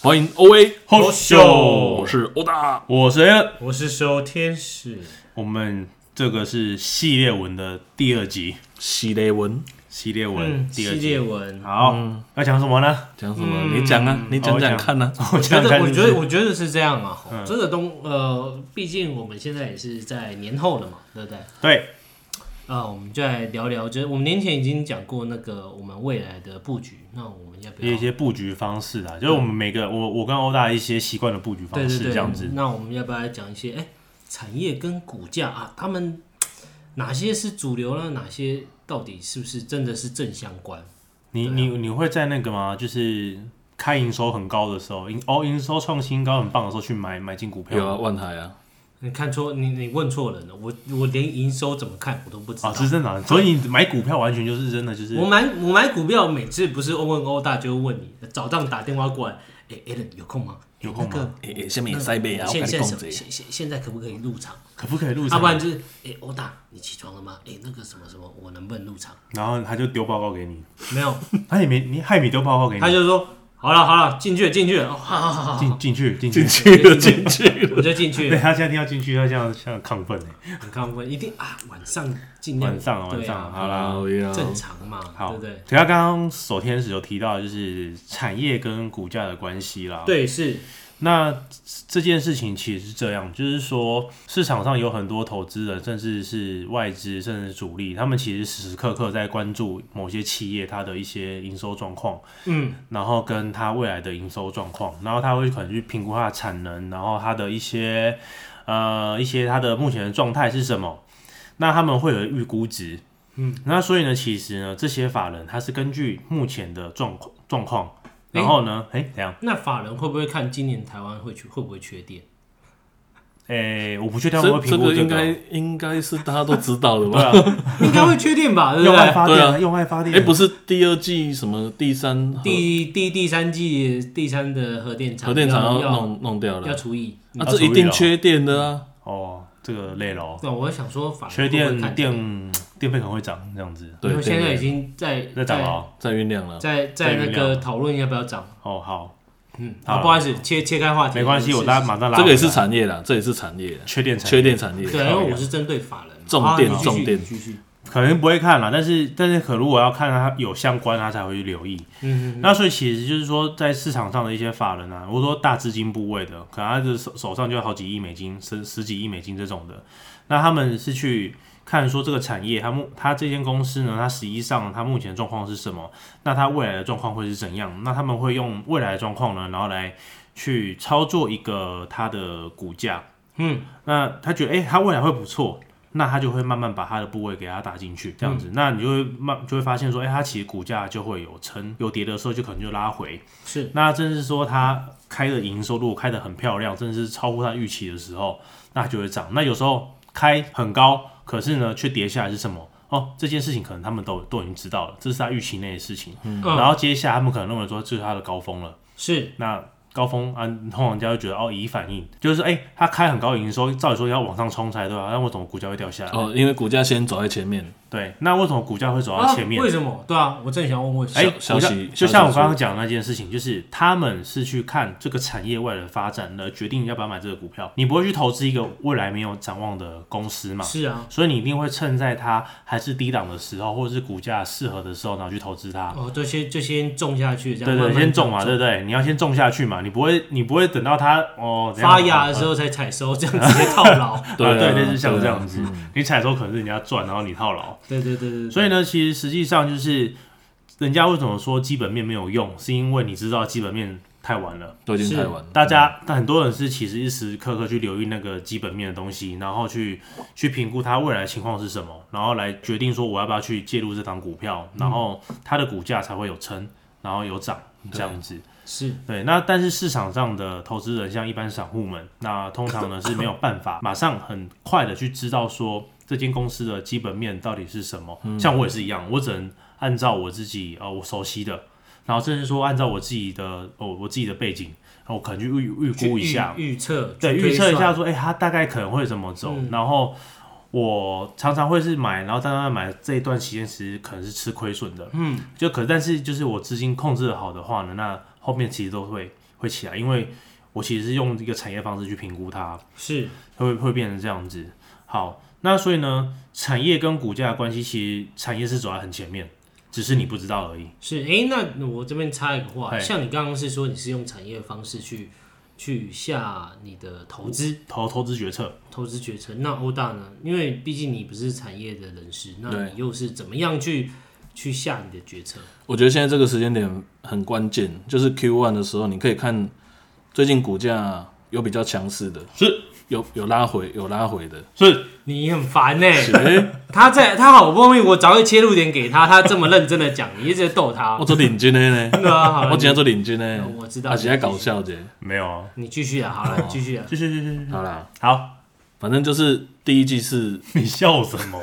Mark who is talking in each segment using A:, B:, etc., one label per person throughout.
A: 欢迎 O A
B: 好秀
A: 我是欧大。
B: 我是 Alan
C: 我是收天使，
B: 我们这个是系列文的第二集，
A: 系列文
B: 系列文嗯第
C: 嗯系
B: 二
C: 列
B: 集。
C: 文。嗯
B: 好，要讲什么呢？
A: 讲什么？你讲啊，你讲
B: 我
A: 讲
B: 讲
A: 看啊。
B: 我
C: 觉
B: 讲
C: 得
B: 看
C: 我
B: 是
C: 觉得我觉得是这样啊，
B: 嗯
C: 这个东呃，毕竟我们现在也是在年后了嘛，对不对？
B: 对，
C: 啊，我们就来聊聊，就是我们年前已经讲过那个我们未来的布局，那我们要不
B: 一
C: 要？
B: 些布局方式啊，就是我们每个我我跟欧大一些习惯的布局
C: 对
B: 方
C: 对
B: 式
C: 对，
B: 这样子。
C: 那我们要不要来讲一些哎、产业跟股价啊，他们哪些是主流呢？哪些到底是不是真的是正相关？
B: 你
C: 啊
B: 你你会在那个吗？就是开营收很高的时候，营哦营收创新高很棒的时候去买买进股
A: 有啊，
B: 票
A: 万海啊，
C: 你看错你你问错人了，我我连营收怎么看我都不知道。
B: 啊，是真的啊。所以你买股票完全就是真的就是
C: 我买我买股票，每次不是问欧大就会问你，早上打电话过来，哎、a l a n 有空吗？
B: 有空吗哎
C: 那个
A: 诶诶，下面也塞杯啊，我跟
C: 现
A: 你
C: 现
A: 讲
C: 什
A: 这
C: 么
A: 个
C: 现现现在可不可以入场？
B: 可不可以入
C: 要、
B: 场
C: 不？然就是，哎、欧大，你起床了吗？哎、那个什么什么，我能不能入场？
B: 然后他就丢报告给你，
C: 没有，
B: 他也没你害你丢报告给
C: 他
B: 你，
C: 就说，好了好了，进去了进去了，哦，好好好好好，
B: 进进去进去
A: 去了进去了。
C: 我就进去
B: 对
C: 了，
B: 他现在听到进去，他这样像亢奋哎。
C: 很亢奋，一定啊，晚上尽量
B: 晚上啊晚
C: 对
B: 上
C: 啊，
B: 好啦，
A: 哎呀
C: 正常嘛，
B: 好，
C: 对不对？
B: 可他刚刚守天使有提到，就是产业跟股价的关系啦。，
C: 对，是，
B: 那这件事情其实是这样，就是说市场上有很多投资人，甚至是外资，甚至是主力，他们其实时时刻刻在关注某些企业它的一些营收状况。
C: 嗯，
B: 然后跟它未来的营收状况，然后他会可能去评估它的产能，然后它的一些呃一些它的目前的状态是什么，那他们会有预估值，嗯，那所以呢，其实呢，这些法人他是根据目前的状况状况，然后呢，哎、怎样？
C: 那法人会不会看今年台湾会去会不会缺电？
B: 哎，我不确定他们
A: 这
B: 会
A: 这
B: 评估
A: 个
B: 这
A: 应
B: 个
A: 该
B: 哦，
A: 应该是大家都知道的
B: 对
A: 吧？
B: 啊，
C: 应该会缺电吧，对不
B: 用爱
C: 对？
B: 发电
A: 对
B: 啊，用爱发电，
A: 哎，不是第二季什么第三核
C: 第第第三季第三的核电厂
A: 核电厂
C: 要
A: 要
C: 要
A: 弄弄掉了
C: 要，除以，
A: 啊，
B: 要
A: 这
B: 处理
A: 一定
B: 了
A: 缺电的啊。
B: 哦，这个累了哦，
C: 对，我想说法人
B: 缺
C: 啊会不会
B: 电
C: 看
B: 电电费可能会涨这样子，
A: 对
C: 因为，
A: 电
C: 现在
A: 力
C: 已经在
B: 在涨了哦，
A: 在酝酿了。
C: 在
B: 在
C: 在那
B: 酝
C: 个
B: 酿
C: 讨论要不要涨。
B: 哦好，
C: 嗯，
B: 好
C: 啊，不好意思，切切开话题，
B: 没关系，我拉
C: 是
B: 马上拉回来，
A: 这个也是产业啦，这也是产业啦，
B: 缺电产业
A: 缺电产业。
C: 对，啊因为我是针对法人，
A: 重
C: 好
A: 点
C: 你继续
A: 重点
C: 你继续，
B: 可能不会看啦，但是但是可如果要看它有相关，他才会去留意。
C: 嗯，嗯
B: 那所以其实就是说，在市场上的一些法人啊，我说大资金部位的，可能他的手手上就有好几亿美金、十十几亿美金这种的，那他们是去看说这个产业，它目它这间公司呢，它实际上它目前的状况是什么，那它未来的状况会是怎样？那他们会用未来的状况呢，然后来去操作一个它的股价。嗯，那他觉得诶，它未来会不错，那他就会慢慢把他的部位给他打进去，这样子，那你就会慢就会发现说，哎、它其实股价就会有撑，有跌的时候就可能就拉回。
C: 是
B: 那甚至说它开的营收如果开的很漂亮，甚至是超乎它预期的时候，那它就会涨。那有时候开很高，可是呢却跌下来是什么？哦，这件事情可能他们都都已经知道了，这是他预期内的事情。
C: 嗯
B: 然后接下来他们可能认为说这是它的高峰了。
C: 是
B: 那高峰啊，通常人家就觉得哦，以反应就是哎，它、开很高营收，照理说要往上冲才对啊，那为什么股价会掉下来？
A: 哦，因为股价先走在前面，
B: 对，那为什么股价会走
C: 啊
B: 到前面？
C: 为什么？对啊，我正想问为什
B: 哎、
C: 么，
A: 消
B: 股价
A: 消息
B: 就
A: 消息
B: 像我
A: 出
B: 刚刚讲的那件事情，就是他们是去看这个产业未来的发展，而决定要不要买这个股票。你不会去投资一个未来没有展望的公司嘛？
C: 是啊，
B: 所以你一定会趁在它还是低档的时候，或者是股价适合的时候，然后去投资它。
C: 哦，这些就先种下去，这样
B: 对
C: 慢
B: 对，
C: 慢
B: 先种嘛，对不对？你要先种下去嘛，你不会，你不会等到它哦怎样
C: 发芽的时候才采收，这样直接套 牢。
A: 对
B: 啊，
A: 啊
B: 对，类似像
A: 对啊
B: 这样子，你采收可能是人家赚，然后你套牢。
C: 对对对对对，
B: 所以呢，其实实际上就是，人家为什么说基本面没有用，是因为你知道基本面太晚了。
A: 都已经太晚了。
B: 大家但很多人是其实时时刻刻去留意那个基本面的东西，然后去去评估它未来的情况是什么，然后来决定说我要不要去介入这档股票，然后它的股价才会有撑，然后有涨这样子。
C: 是
B: 对，那但是市场上的投资人，像一般散户们，那通常呢是没有办法马上很快的去知道说这间公司的基本面到底是什么。
C: 嗯
B: 像我也是一样，我只能按照我自己呃我熟悉的，然后甚至说按照我自己的哦我自己的背景，然后我可能去预预估一下，
C: 预预测，
B: 对，
C: 去
B: 预
C: 推
B: 测一下
C: 算，嗯
B: 说，哎、它大概可能会怎么走。然后我常常会是买，然后在那买这一段期间，其实可能是吃亏损的。嗯，就可但是就是我资金控制的好的话呢，那后面其实都会。会起来，因为我其实是用一个产业方式去评估它，
C: 是
B: 它会会变成这样子。好，那所以呢，产业跟股价的关系，其实产业是走在很前面，只是你不知道而已。
C: 是，诶，那我这边插一个话，
B: 嘿
C: 像你刚刚是说你是用产业方式去去下你的投资
B: 投投资决策，
C: 投资决策，那欧大呢？因为毕竟你不是产业的人士，那
A: 对
C: 你又是怎么样去去下你的决策？
A: 我觉得现在这个时间点很关键，就是 Q one 的时候，你可以看最近股价有比较强势的，
B: 是
A: 有有拉回有拉回的，
B: 是
C: 你很烦呢、
A: 哎，
C: 他在他好不容易我找个切入点给他，他这么认真的讲，你一直在逗他
A: 我，做领军的呢，
C: 真的啊，好了
A: 我今天做领军的，
C: 我知道
A: 而且在搞笑的。
B: 没有啊？
C: 你继续啊，好了，你继续啊，
B: 是是是是是，
A: 好啦，
B: 好，
A: 反正就是第一季是，
B: 你笑什么？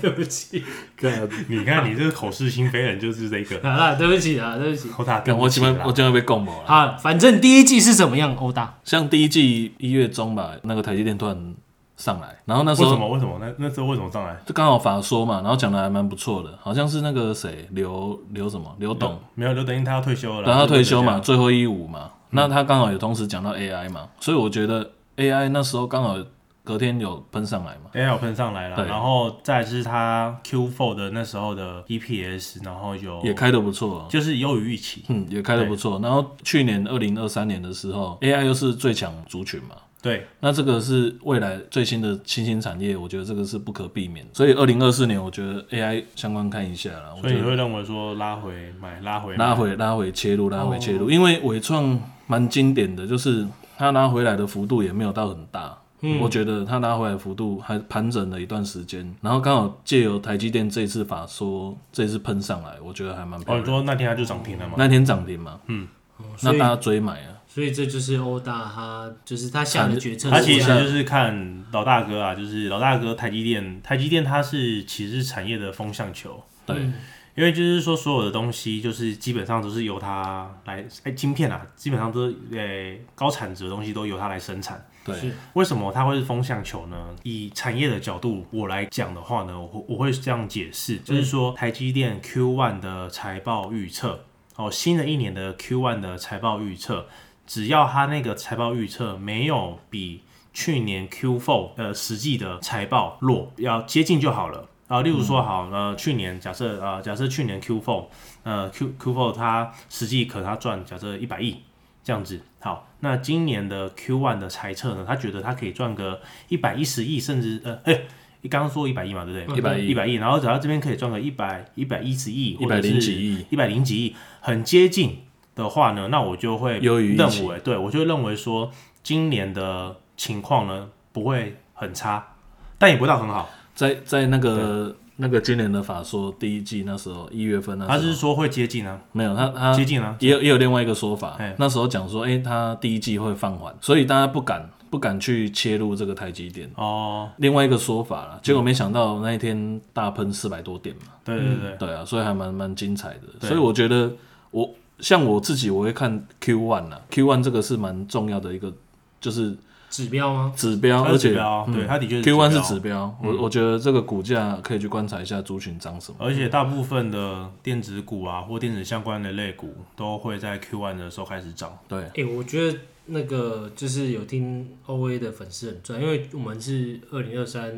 C: 对不起，
B: 你看你这个口是心非人就是这个，
C: 好了，对不起啊，对不起。
B: 好大
A: 干我今晚我
B: 我
A: 今晚被拱爆了。
C: 好，反正第一季是怎么样，欧大
A: 像第一季一月中吧，那个台积电突然上来，然后那时
B: 为什
A: 候
B: 么为什么那那时候为什么上来？
A: 就刚好法说嘛，然后讲的还蛮不错的，好像是那个谁刘刘什么刘董，
B: 没有刘德英他要退休了，
A: 啊然后他退休嘛，，最后一舞嘛，那他刚好也同时讲到 AI 嘛，所以我觉得 AI 那时候刚好隔天有喷上来嘛，
B: A L 喷上来了，
A: 对
B: 然后再来是他 Q Four 的那时候的 E P S，然后有
A: 也开的不错，啊
B: 就是优于预期，
A: 嗯，也开的不错。然后去年二零二三年的时候，AI 又是最强族群嘛，
B: 对，
A: 那这个是未来最新的新兴产业，我觉得这个是不可避免。所以二零二四年，我觉得 AI 相关看一下啦，我
B: 所
A: 觉
B: 以你
A: 得
B: 会认为说拉回买拉回哦买
A: 拉回拉回切入拉回切入，因为伟创蛮经典的，就是它拉回来的幅度也没有到很大。
B: 嗯
A: 我觉得它拉回来的幅度还盘整了一段时间，然后刚好借由台积电这一次法说，这一次喷上来，我觉得还蛮漂
B: 哦，你
A: 亮。
B: 嗯说那天它就涨停了嘛？
A: 那天涨停嘛，
C: 哦所
A: 那
C: 以
A: 大家追买啊，
C: 所以这就是欧大他就是他下的决策
B: 他
C: 是
B: 其实
C: 这样
B: 就是看老大哥啊，就是老大哥台积电，台积电它是其实是产业的风向球，
C: 嗯
A: 对，
B: 因为就是说所有的东西就是基本上都是由它来，哎，晶片啊，基本上都是呃、高产值的东西都由它来生产。
A: 对，
C: 是
B: 为什么它会是风向球呢？以产业的角度我来讲的话呢，我会我会这样解释，
C: 嗯
B: 就是说台积电 Q one 的财报预测，哦，新的一年的 Q one 的财报预测，只要它那个财报预测没有比去年 Q four 呃实际的财报弱，要接近就好了。啊，例如说
A: 嗯
B: 好，呃，去年假设啊、呃，假设去年 Q four，呃，Q Q four 它实际可能它赚假设一百亿，这样子。好，那今年的 Q one 的猜测呢？他觉得他可以赚个一百一十亿，甚至呃，哎、你刚刚说一百亿嘛，对不对？
A: 嗯100亿
B: 一百亿，然后只要这边可以赚个一百一百一十亿，
A: 一百零几亿，
B: 一百零几亿，很接近的话呢，那我就会
A: 优于预期
B: 认为，对我就会认为说，今年的情况呢不会很差，但也不到很好。
A: 在在那个那个今年的法说第一季那时候一月份那
B: 他
A: 时
B: 是
A: 候
B: 说会接近啊，
A: 没有他他
B: 接近啊，
A: 也有也有另外一个说法
B: 哎，
A: 那时候讲说，哎、他第一季会放缓，所以大家不敢不敢去切入这个台积电。
B: 哦，
A: 另外一个说法
B: 嗯
A: 啦，结果没想到那一天大喷四百多点嘛，
B: 对对对，
A: 对啊，所以还蛮蛮精彩的。
B: 对
A: 所以我觉得我像我自己，我会看 Q one 啦，Q one 这个是蛮重要的一个就是
C: 指标吗？
A: 指标，
B: 它
A: 而
B: 是指
A: 且嗯
B: 标，啊对，他的确是
A: Q one 是
B: 标嗯
A: 指标，我我觉得这个股价可以去观察一下族群涨什么。
B: 而且大部分的电子股啊，或电子相关的类股，都会在 Q1 的时候开始涨。
A: 对，
C: 哎、我觉得那个就是有听 O A 的粉丝很赚，因为我们是二零二三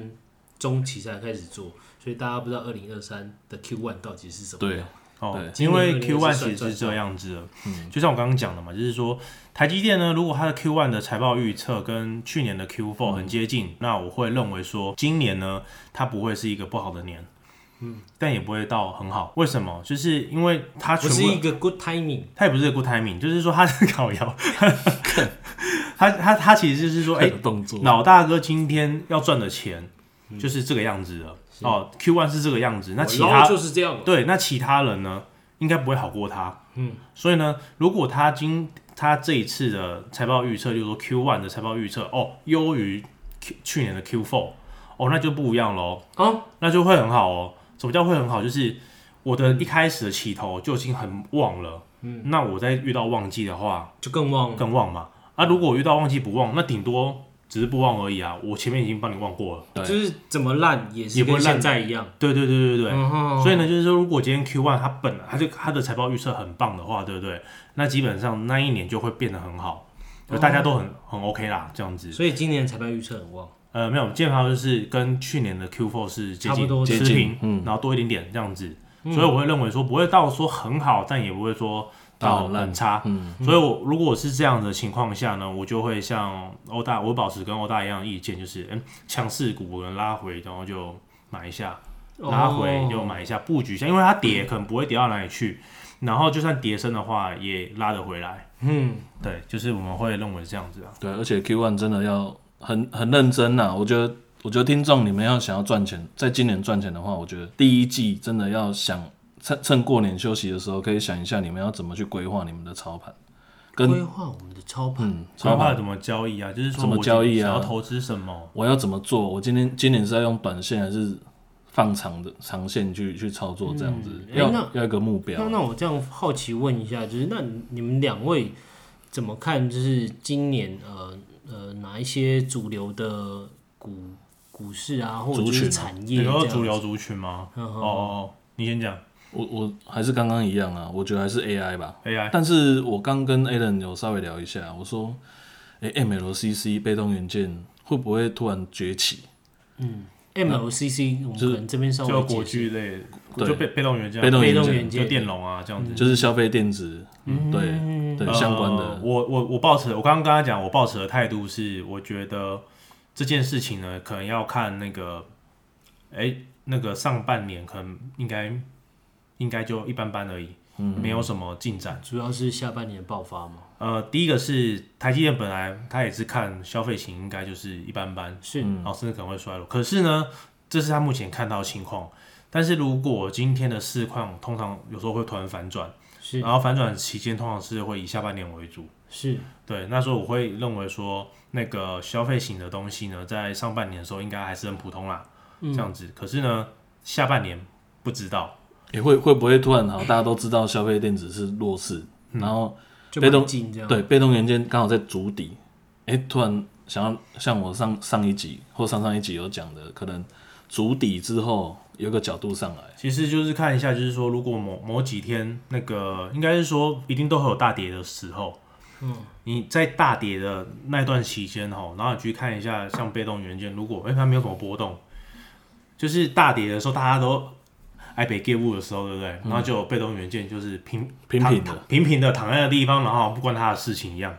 C: 中期才开始做，所以大家不知道二零二三的 Q one 到底是什么。
A: 对，
B: 哦，
C: 对嗯
B: 因为
C: 今年
B: Q1 其
C: 是算
B: 实是这样子的，就像我刚刚讲的嘛，就是说台积电呢，如果它的 Q1 的财报预测跟去年的
C: 嗯
B: Q4 很接近，那我会认为说今年呢，它不会是一个不好的年，嗯，但也不会到很好。为什么？就是因为它
C: 不
B: 全部
C: 是一个 good timing，
B: 它也不是 good timing，就是说它 是搞摇， 它它它其实就是说，哎、
A: 动作
B: 老大哥今天要赚的钱就是这个样子了。哦，Q one 是这个样子，那其
C: 我捞
B: 他
C: 哦就是这样。
B: 对，那其他人呢，应该不会好过他。嗯，所以呢，如果他今他这一次的财报预测，就是说 Q one 的财报预测，哦，优于 Q 去年的 Q four，哦，那就不一样喽。
C: 哦，
B: 那就会很好哦。什么叫会很好？就是我的一开始的起头就已经很旺了，嗯，那我再遇到旺季的话
C: 就更忘了。
B: 更旺嘛。啊，如果我遇到旺季不旺，那顶多只是不忘而已啊，我前面已经帮你忘过了。
A: 对
C: 就是怎么烂也是
B: 也不
C: 跟
B: 会烂
C: 现在一样。
B: 对对对对对，
A: 嗯
C: 对
B: 所以呢，就是说，如果今天 Q one 它本来它就它的财报预测很棒的话，对不对？那基本上那一年就会变得很好，
A: 哦
B: 就大家都很、很 OK 啦，这样子。
C: 所以今年财报预测很旺，
B: 呃，没有，健康就是跟去年的 Q four 是接
C: 差不多
B: 近持
A: 接近
B: 平，
A: 嗯
B: 然后多一点点这样子。所以我会认为说，不会到说很好，但也不会说到
A: 到很烂
B: 很差。
A: 嗯，
B: 所以我如果我是这样的情况下呢，我就会像欧大，我会保持跟欧大一样的意见，就是嗯，强势股我可能拉回，然后就买一下，拉
C: 哦
B: 回就买一下，布局一下，因为它跌可能不会跌到哪里去，然后就算跌升的话也拉得回来。
C: 嗯，
B: 对，就是我们会认为这样子啊。
A: 对，而且 Q One 真的要很很认真呐、我觉得，我觉得听众你们要想要赚钱，在今年赚钱的话，我觉得第一季真的要想趁趁过年休息的时候，可以想一下你们要怎么去规划你们的操盘，跟
C: 规划我们的操盘，
A: 嗯
B: 超
A: 操
B: 怕
A: 盘，
B: 怎么交易啊？就是说
A: 怎么
B: 我
A: 交易啊
B: 想要投资什么？
A: 我要怎么做？我今天今年是要用短线还是放长的长线去去操作这样子？
C: 嗯
A: 要
C: 诶那
A: 要一个目标
C: 那。那我这样好奇问一下，就是那你你们两位怎么看？就是今年呃呃哪一些主流的股股市啊，或者
A: 族
C: 就
A: 群
C: 是产业
B: 你
C: 这
B: 说
C: 样
B: 主
C: 子？
B: 流族群吗？
C: 嗯
B: 哦哦，哦你先讲
A: 我我还是刚刚一样啊，我觉得还是 AI 吧。
B: AI。
A: 但是我刚跟 Alan 有稍微聊一下，我说，哎、m l c c 被动元件会不会突然崛起？
C: MLCC，我们可能这边稍
B: 嗯就
C: 微
B: 国
C: 解释。
B: 巨类，
A: 对
B: 就被被动元件啊、
A: 被动元件
C: 被动元件
B: 就电容啊这样子，
A: 就是消费电子，对对、
B: 呃
A: 相关的，
B: 我我我抱持，我刚刚跟他讲，我抱持的态度是，我觉得这件事情呢，可能要看那个，哎、那个上半年可能应该应该就一般般而已，
A: 嗯
B: 没有什么进展。
C: 主要是下半年爆发嘛，
B: 呃，第一个是台积电本来它也是看消费型应该就是一般般，
C: 是
A: 嗯
B: 然后甚至可能会衰落。可是呢，这是他目前看到的情况。但是如果今天的市况通常有时候会突然反转，
C: 是
B: 然后反转期间通常是会以下半年为主。
C: 是，
B: 对，那时候我会认为说，那个消费型的东西呢，在上半年的时候应该还是很普通啦，这样子。可是呢，下半年不知道，
A: 也、会会不会突然好？大家都知道消费电子是弱势，
B: 嗯
A: 然后
C: 就
A: 被动
C: 蛮近这样。
A: 对被动元件刚好在筑底，哎、突然想要像我上上一集或上上一集有讲的，可能筑底之后有个角度上来，
B: 其实就是看一下，就是说，如果某某几天那个，应该是说，一定都会有大跌的时候。嗯，你在大跌的那段期间吼，然后你去看一下，像被动元件，如果哎、它没有什么波动，就是大跌的时候，大家都爱北业务的时候，对不对？然后就有被动元件就是平
A: 嗯平
B: 躺
A: 平的，
B: 平平的躺在那个地方，然后好像不关他的事情一样，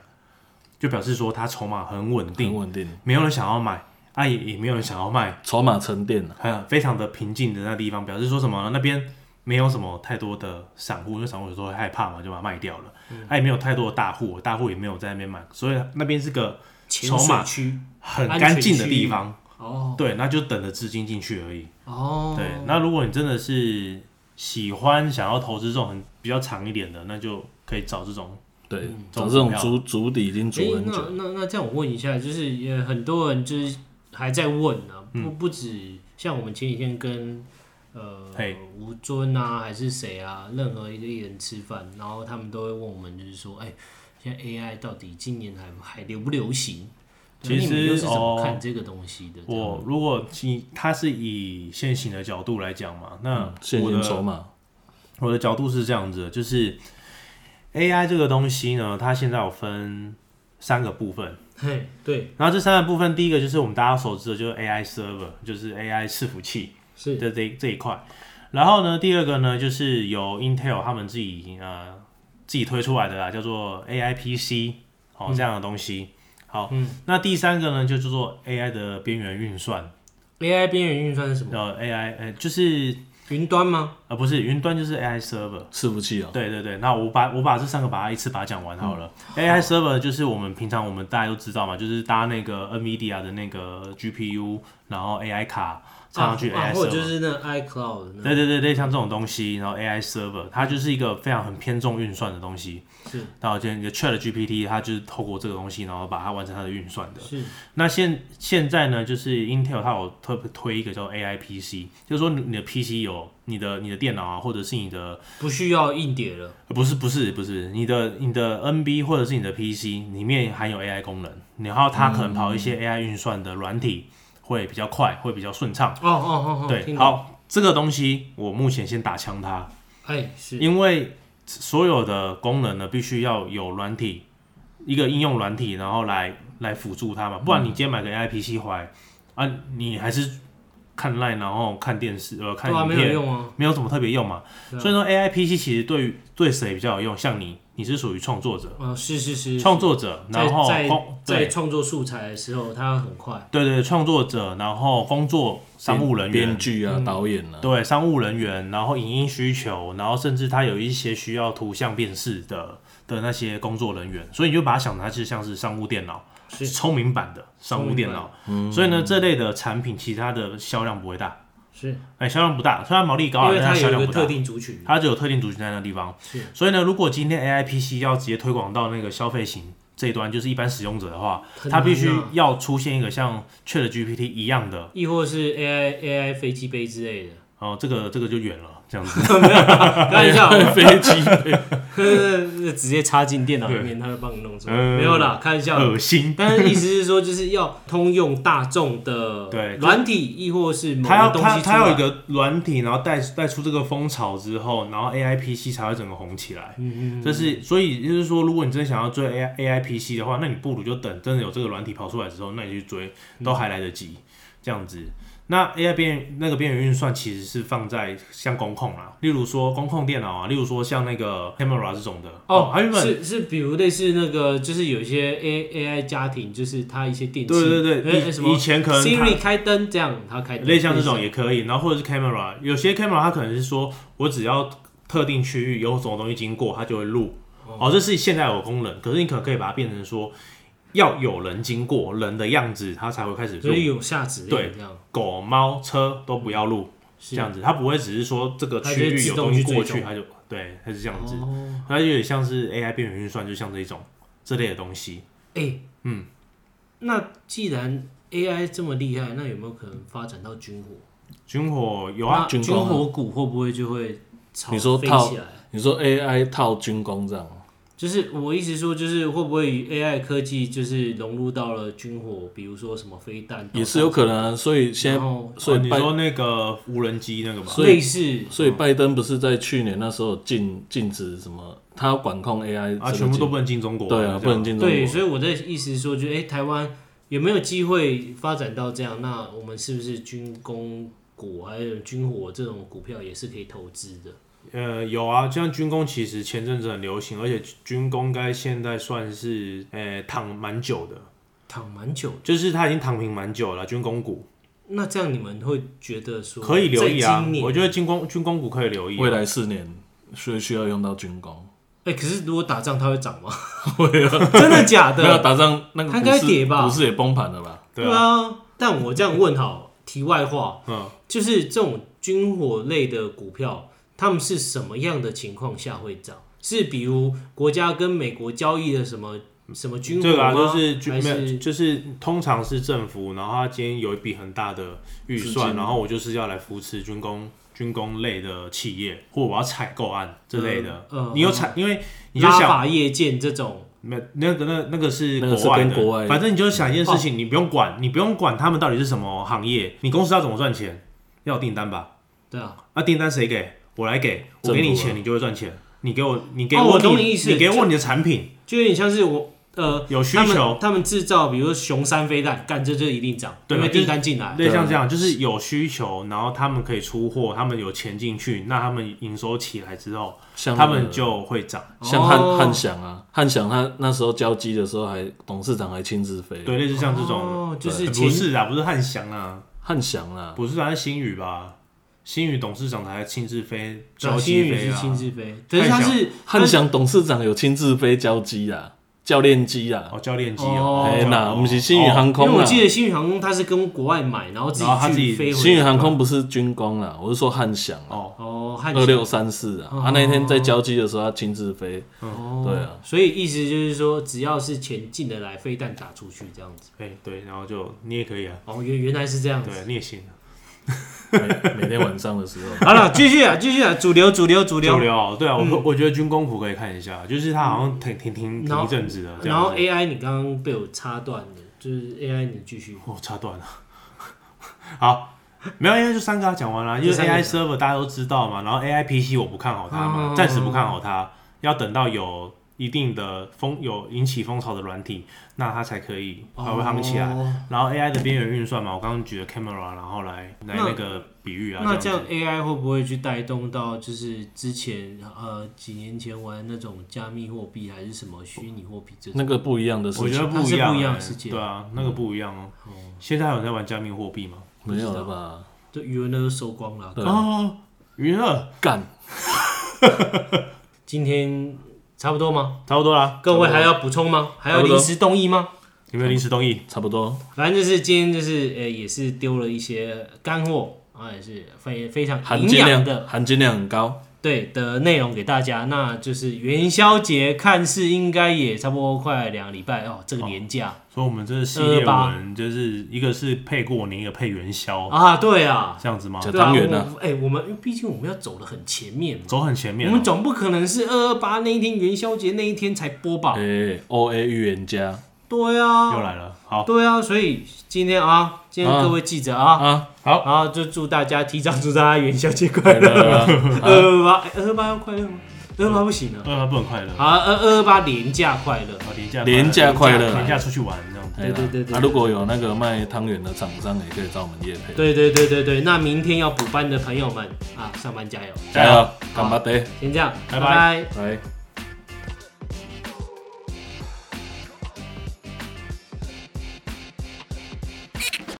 B: 就表示说他筹码很稳
A: 很
B: 定，
A: 稳定，
B: 没有人想要买，啊也也没有人想要卖，
A: 筹码沉淀了、啊
B: 很非常的平静的那地方，表示说什么呢？那边没有什么太多的散户，因为散户有时候会害怕嘛，就把它卖掉了。
C: 嗯
B: 它、也没有太多的大户，大户也没有在那边买，所以那边是个
C: 潜
B: 筹码
C: 水区
B: 很
C: 安全
B: 干净的地方。
C: 哦
B: 对，那就等着资金进去而已。
C: 哦，
B: 对，那如果你真的是喜欢想要投资这种很比较长一点的，那就可以找这种。
A: 对，
B: 这
A: 找
B: 种
A: 这种
B: 股票
A: 筑筑底已经
C: 诶
A: 筑很久，
C: 那那那这样我问一下，就是也很多人就是还在问啊，
B: 嗯
C: 不不止像我们前几天跟呃
B: 嘿
C: 吴尊啊，还是谁啊，任何一个艺人吃饭，然后他们都会问我们，就是说，哎、现在 AI 到底今年还还流不流行？对
B: 其实
C: 那你们又是怎么
B: 哦
C: 看这个东西的？
B: 我如果以它是以现行的角度来讲嘛，那
A: 嗯
C: 嗯
A: 现
B: 我的
A: 金筹码，
B: 我的角度是这样子的，就是 AI 这个东西呢，它现在有分三个部分。
C: 嘿，对，
B: 然后这三个部分，第一个就是我们大家熟知的，就是 AI server，就是 AI 伺服器
C: 是
B: 的这这一块。然后呢，第二个呢，就是由 Intel 他们自己呃自己推出来的啦，叫做 AI PC 哦、这样的东西。好，那第三个呢，就叫做 AI 的边缘运算，
C: AI 边缘运算是什么？
B: 呃 AI 呃就是
C: 云端吗？
B: 呃不是云端就是 AI server。
A: 伺服器哦，
B: 对对对，那我把我把这三个把它一次把它讲完好了。AI
C: 嗯
B: server 就是我们平常我们大家都知道嘛，就是搭那个 NVIDIA 的那个 GPU，然后 AI 卡插上去
C: 啊
B: AI
C: 或者就
B: server，
C: 是那个 iCloud 的那
B: 对对对对，像这种东西，然后 AI server，它就是一个非常很偏重运算的东西。
C: 是
B: 然后就你的 Chat GPT，它就是透过这个东西，然后把它完成它的运算的。
C: 是
B: 那现现在呢，就是 Intel 它有特别推一个叫 AI PC，就是说你你的 PC 有你的你的电脑啊，或者是你的
C: 不需要硬碟了，
B: 呃不是不是不是你的你的 NB 或者是你的 PC 里面含有 AI 功能，然后它可能跑一
C: 嗯
B: 些 AI 运算的软体会比较快，会比较顺畅。
C: 哦哦哦哦，
B: 对，
C: 听懂，
B: 好，这个东西我目前先打枪它，
C: 哎是
B: 因为所有的功能呢必须要有软体，一个应用软体，然后来来辅助它嘛，不然
C: 嗯
B: 你今天买个 AI PC 回来啊，你还是看 Line 然后看电视呃看
C: 对啊，
B: 影
C: 没有
B: 片，
C: 用啊，
B: 没有什么特别用嘛。
C: 对啊
B: 所以说 AI PC 其实对于对谁比较有用？像你，你是属于创作者，
C: 哦是是是，
B: 创作者，
C: 在
B: 然后
C: 在
B: 工
C: 在
B: 对
C: 创作素材的时候，它很快，
B: 对对，创作者，然后工作商务人员嗯
A: 编。剧啊、导演啊，
B: 对商务人员，然后影音需求，然后甚至他有一些需要图像辨识的的那些工作人员，所以你就把它想它是像是商务电脑，
C: 是
B: 聪明版的商务电脑。所以呢，
A: 嗯
B: 这类的产品其实它的销量不会大，
C: 是
B: 哎，销量不大，虽然毛利高啊，
C: 因为
B: 但
C: 它
B: 销
C: 有
B: 量
C: 一
B: 不
C: 个
B: 大
C: 特。定族群，
B: 它只有特定族群在那个地方
C: 是，
B: 所以呢，如果今天 A I P C 要直接推广到那个消费型这一端，就是一般使用者的话，
C: 很
B: 它
C: 难
B: 必须
C: 啊
B: 要出现一个像 Chat G P T 一样的，
C: 亦或是 AI AI 飞机杯之 类的，
B: 哦，这个这个就远了，这 样子。
C: 看一下，
A: 飞机 杯
C: 直接插进电脑里面，它就帮你弄出来，
B: 嗯
C: 没有啦，看一下。
B: 恶心。
C: 但是意思是说，就是要通用大众的
B: 对
C: 软体，亦或是某
B: 它要
C: 个东
B: 它
C: 西出
B: 它要有一
C: 来。
B: 个软体，然后带带出这个风潮之后，然后 A I P C 才会整个红起来。嗯嗯，这是所以就是说，如果你真的想要追 A A I P C 的话，那你不如就等真的有这个软体跑出来之后，那你去追，
C: 嗯
B: 都还来得及。这样子，那 A I 边那个边缘运算其实是放在像工控啦，例如说工控电脑啊，例如说像那个 Camera 这种的哦它原本
C: 哦是是，比如类似那个，就是有一些 A AI 家庭，就是它一些电器，
B: 对对对，
C: 哎什
B: 以以
C: 么
B: 前可能它
C: Siri 开灯这样，它开灯，
B: 类像这种也可以，然后或者是 camera，有些 camera 它可能是说我只要特定区域有什么东西经过，它就会录。哦，这是现在有功能，可是你可能可以把它变成说要有人经过人的样子，它才会开始
C: 类似，所
B: 录。
C: 以有下指令
B: 对
C: 这样，
B: 狗、猫、车都不要录，
C: 是
B: 这样子，它不会只是说这个区域有东西过去，它就对，它是这
C: 哦
B: 样子，它有点像是 AI 边缘运算，就像这一种这类的东西。
C: 哎、嗯，那既然 AI 这么厉害，那有没有可能发展到军火？
B: 军火有啊，
C: 那
A: 军
C: 军
A: 工啊
C: 火股会不会就会炒
A: 你说
C: 飞
A: 套
C: 起来？
A: 你说 AI 套军工这样，
C: 就是我意思说，就是会不会以 AI 科技就是融入到了军火，比如说什么飞弹
A: 也是有可能啊。所以现在
C: 然，后
A: 所
B: 嗯哦
A: 以
B: 你
A: 拜，
B: 说嗯那个无人机那个吧，
A: 所以
C: 类似
A: 所以拜登不是在去年那时候禁禁止什么，他要管控 AI
B: 啊，
A: 这个
B: 全部都
A: 禁
B: 不能进中国，
A: 对啊，
B: 这
A: 不
B: 样
A: 能进中
C: 对，
A: 国。
C: 所以我的意思是说，就哎、诶台湾有没有机会发展到这样？那我们是不是军工股还有军火这种股票也是可以投资的？
B: 呃，有啊，像军工其实前阵子很流行，而且军工应该现在算是呃躺蛮久的，
C: 躺蛮久的，
B: 就是它已经躺平蛮久了，军工股
C: 那这样你们会觉得说
B: 可以留意
C: 在
B: 啊
C: 今。年
B: 我觉得军工军工股可以留意啊
A: 未，来四年需需要用到军工，
C: 哎、可是如果打仗，它会涨吗？会啊，真的假
A: 没有
C: 的？
A: 打仗那个
C: 它
A: 股
C: 应该
A: 市
C: 跌吧
A: 股市也崩盘了吧？
B: 对啊，
C: 啊。但我这样问好，题外话，
B: 嗯，
C: 就是这种军火类的股票，他们是什么样的情况下会涨？是比如国家跟美国交易的什么什么军火
B: 这个
C: 吗？
B: 啊就是军
C: 还
B: 没有
C: 是
B: 就是通常是政府，然后他今天有一笔很大的预
A: 资
B: 算，
A: 金
B: 然后我就是要来扶持军工军工类的企业，或我要采购案之类的。
C: 嗯嗯
B: 你有采，因为你就
C: 拉
B: 想
C: 法夜剑这种？
B: 没那个那那个是
A: 那个是
B: 国外
A: 跟
B: 的，
A: 国外的
B: 反正你就想一件事情，你不用管，你不用管他们到底是什么行业，你公司要怎么赚钱，要有订单吧？
C: 对啊，
B: 那、订单谁给？我来给，我
A: 政府
B: 给你
A: 啊
B: 钱，你就会赚钱。你给我，你给
C: 哦
B: 我
C: 我
B: 你，
C: 懂你意思
B: 你给我你的产品
C: 就有点像是我呃
B: 有需
C: 他们
B: 求，
C: 他们制造，比如说熊山飞弹，干这就一定涨，
B: 对啊
C: 因
B: 就
C: 为
B: 是
C: 订单进
A: 啊
C: 来。
B: 类像这样，就是有需求，然后他们可以出货，他们有钱进去，那他们营收起来之后，
A: 像
B: 他
A: 那个
B: 们就会涨。
A: 像汉
C: 哦
A: 汉翔啊，汉翔他那时候交机的时候还董事长还亲自飞，
B: 对，类似像这种，
C: 哦，就
B: 呃
C: 是
B: 不
C: 前
B: 是啊，不是汉翔啊，
A: 汉翔啊，
B: 不是啊，是新宇吧？新宇董事长才亲自飞，交
C: 新
B: 机
C: 啊宇
B: 飞
C: 是
B: 啊，
C: 亲自飞，可是他是
A: 汉翔董事长有亲自飞交机啊，教练机啊，
B: 哦，教练机
C: 哦
B: 哦，
A: 哎
B: 教
A: 那我们是星宇
B: 哦
A: 航
C: 因为
A: 空啊
C: 我
A: 啦，
C: 记得星宇航空它是跟国外买，然后自
B: 然后它自
C: 己
B: 己
C: 去飞回来。
A: 星宇航空不是军工啦，我是说汉翔啊，
B: 哦，
C: 哦，汉
A: 二六三四啊，
C: 哦
A: 他那一天在交机的时候他亲自飞，
C: 哦，
A: 对啊，
C: 所以意思就是说，只要是钱进得来，飞弹打出去这样子。
B: 哎对，然后就你也可以啊，
C: 哦，原原来是这样子。
B: 对，你也行啊，
A: 每每天晚上的时候。
C: 好了，继续啊，继续啊，主流，主流，主
B: 流
C: 流。嗯
B: 流，对啊，我我觉得军工服可以看一下，就是它好像停停停
C: 然
B: 停
C: 后
B: 一阵子的，这
C: 然后
B: 样子。
C: AI 你刚刚被我插断了，就是 AI 你继续。
B: 哦，插断了， 好。没有，因为就三个啊讲完了，因为
C: 这三个
B: AI server 大家都知道嘛，然后 AI PC 我不看好它
C: 哦
B: 嘛，暂时不看好它，要等到有一定的风有引起风潮的软体，那它才可以才会啊夯起来。
C: 哦
B: 然后 AI 的边缘运算嘛，我刚刚举了 camera，然后来来
C: 那
B: 那个比喻啊，
C: 那
B: 这
C: 这
B: 样
C: 样
B: 子。
C: AI 会不会去带动到就是之前呃几年前玩那种加密货币还是什么虚拟货币这种？
A: 那个不一样的事
B: 我觉
A: 情，
B: 得
C: 它
B: 不
C: 是
B: 一样、
C: 不一样的
B: 欸
C: 世界
B: 对啊，那个不一样哦、
C: 哦
B: 现在还有在玩加密货币吗？
A: 没有了吧？
C: 就余文乐都收光了。
A: 对啊
B: 哦，娱乐
A: 干，
C: 今天差不多吗？
B: 差不多啦。
C: 各位还要补充吗？还要临时动议吗？
B: 有没有临时动
C: 嗯
B: 议？
A: 差不多。
C: 反正就是今天就是呃也是丢了一些干货啊，也是非非常
A: 含
C: 营
A: 金
C: 养
A: 量
C: 的
A: 含金量很高，
C: 对的内容给大家。那就是元宵节，看似应该也差不多快两个礼拜哦，这个年假、
B: 所以我们这系列
C: 228
B: 文就是一个是配过年，一个配元
A: 哦
B: 宵，
C: 啊，对啊，
B: 这样子吗？
A: 就
C: 对啊，
A: 当然
C: 我
A: 啊嗯
C: 哎、我们因为毕竟我们要走的很前面嘛，
B: 走很前面
C: 我
B: 哦、
C: 们总不可能是二二八那一天元宵节那一天才播吧？
A: 哎，O A 预言家
C: 对啊，
B: 又来了。好，
C: 对啊，所以今天啊，今天
A: 啊
C: 各位记者啊，
A: 啊，
B: 好
C: 然后就祝大家提早祝大家元宵节快
A: 快
C: 乐。
A: 乐啊啊，
C: 二二八，哎二二八要快乐吗？二二八不行啊。
B: 二不很快乐，
C: 好，二二二八廉价快乐。
B: 好，廉价
A: 廉价快乐
B: 廉价出去玩这样。
A: 哎啦
C: 对对对对
A: 啊，如果有那个卖汤圆的厂商，也可以找我们叶配，
C: 对对对对对，那明天要补班的朋友们啊，上班加油！
A: 加油，干巴爹，
C: 先这样，
B: 拜拜
C: 拜拜
A: 来。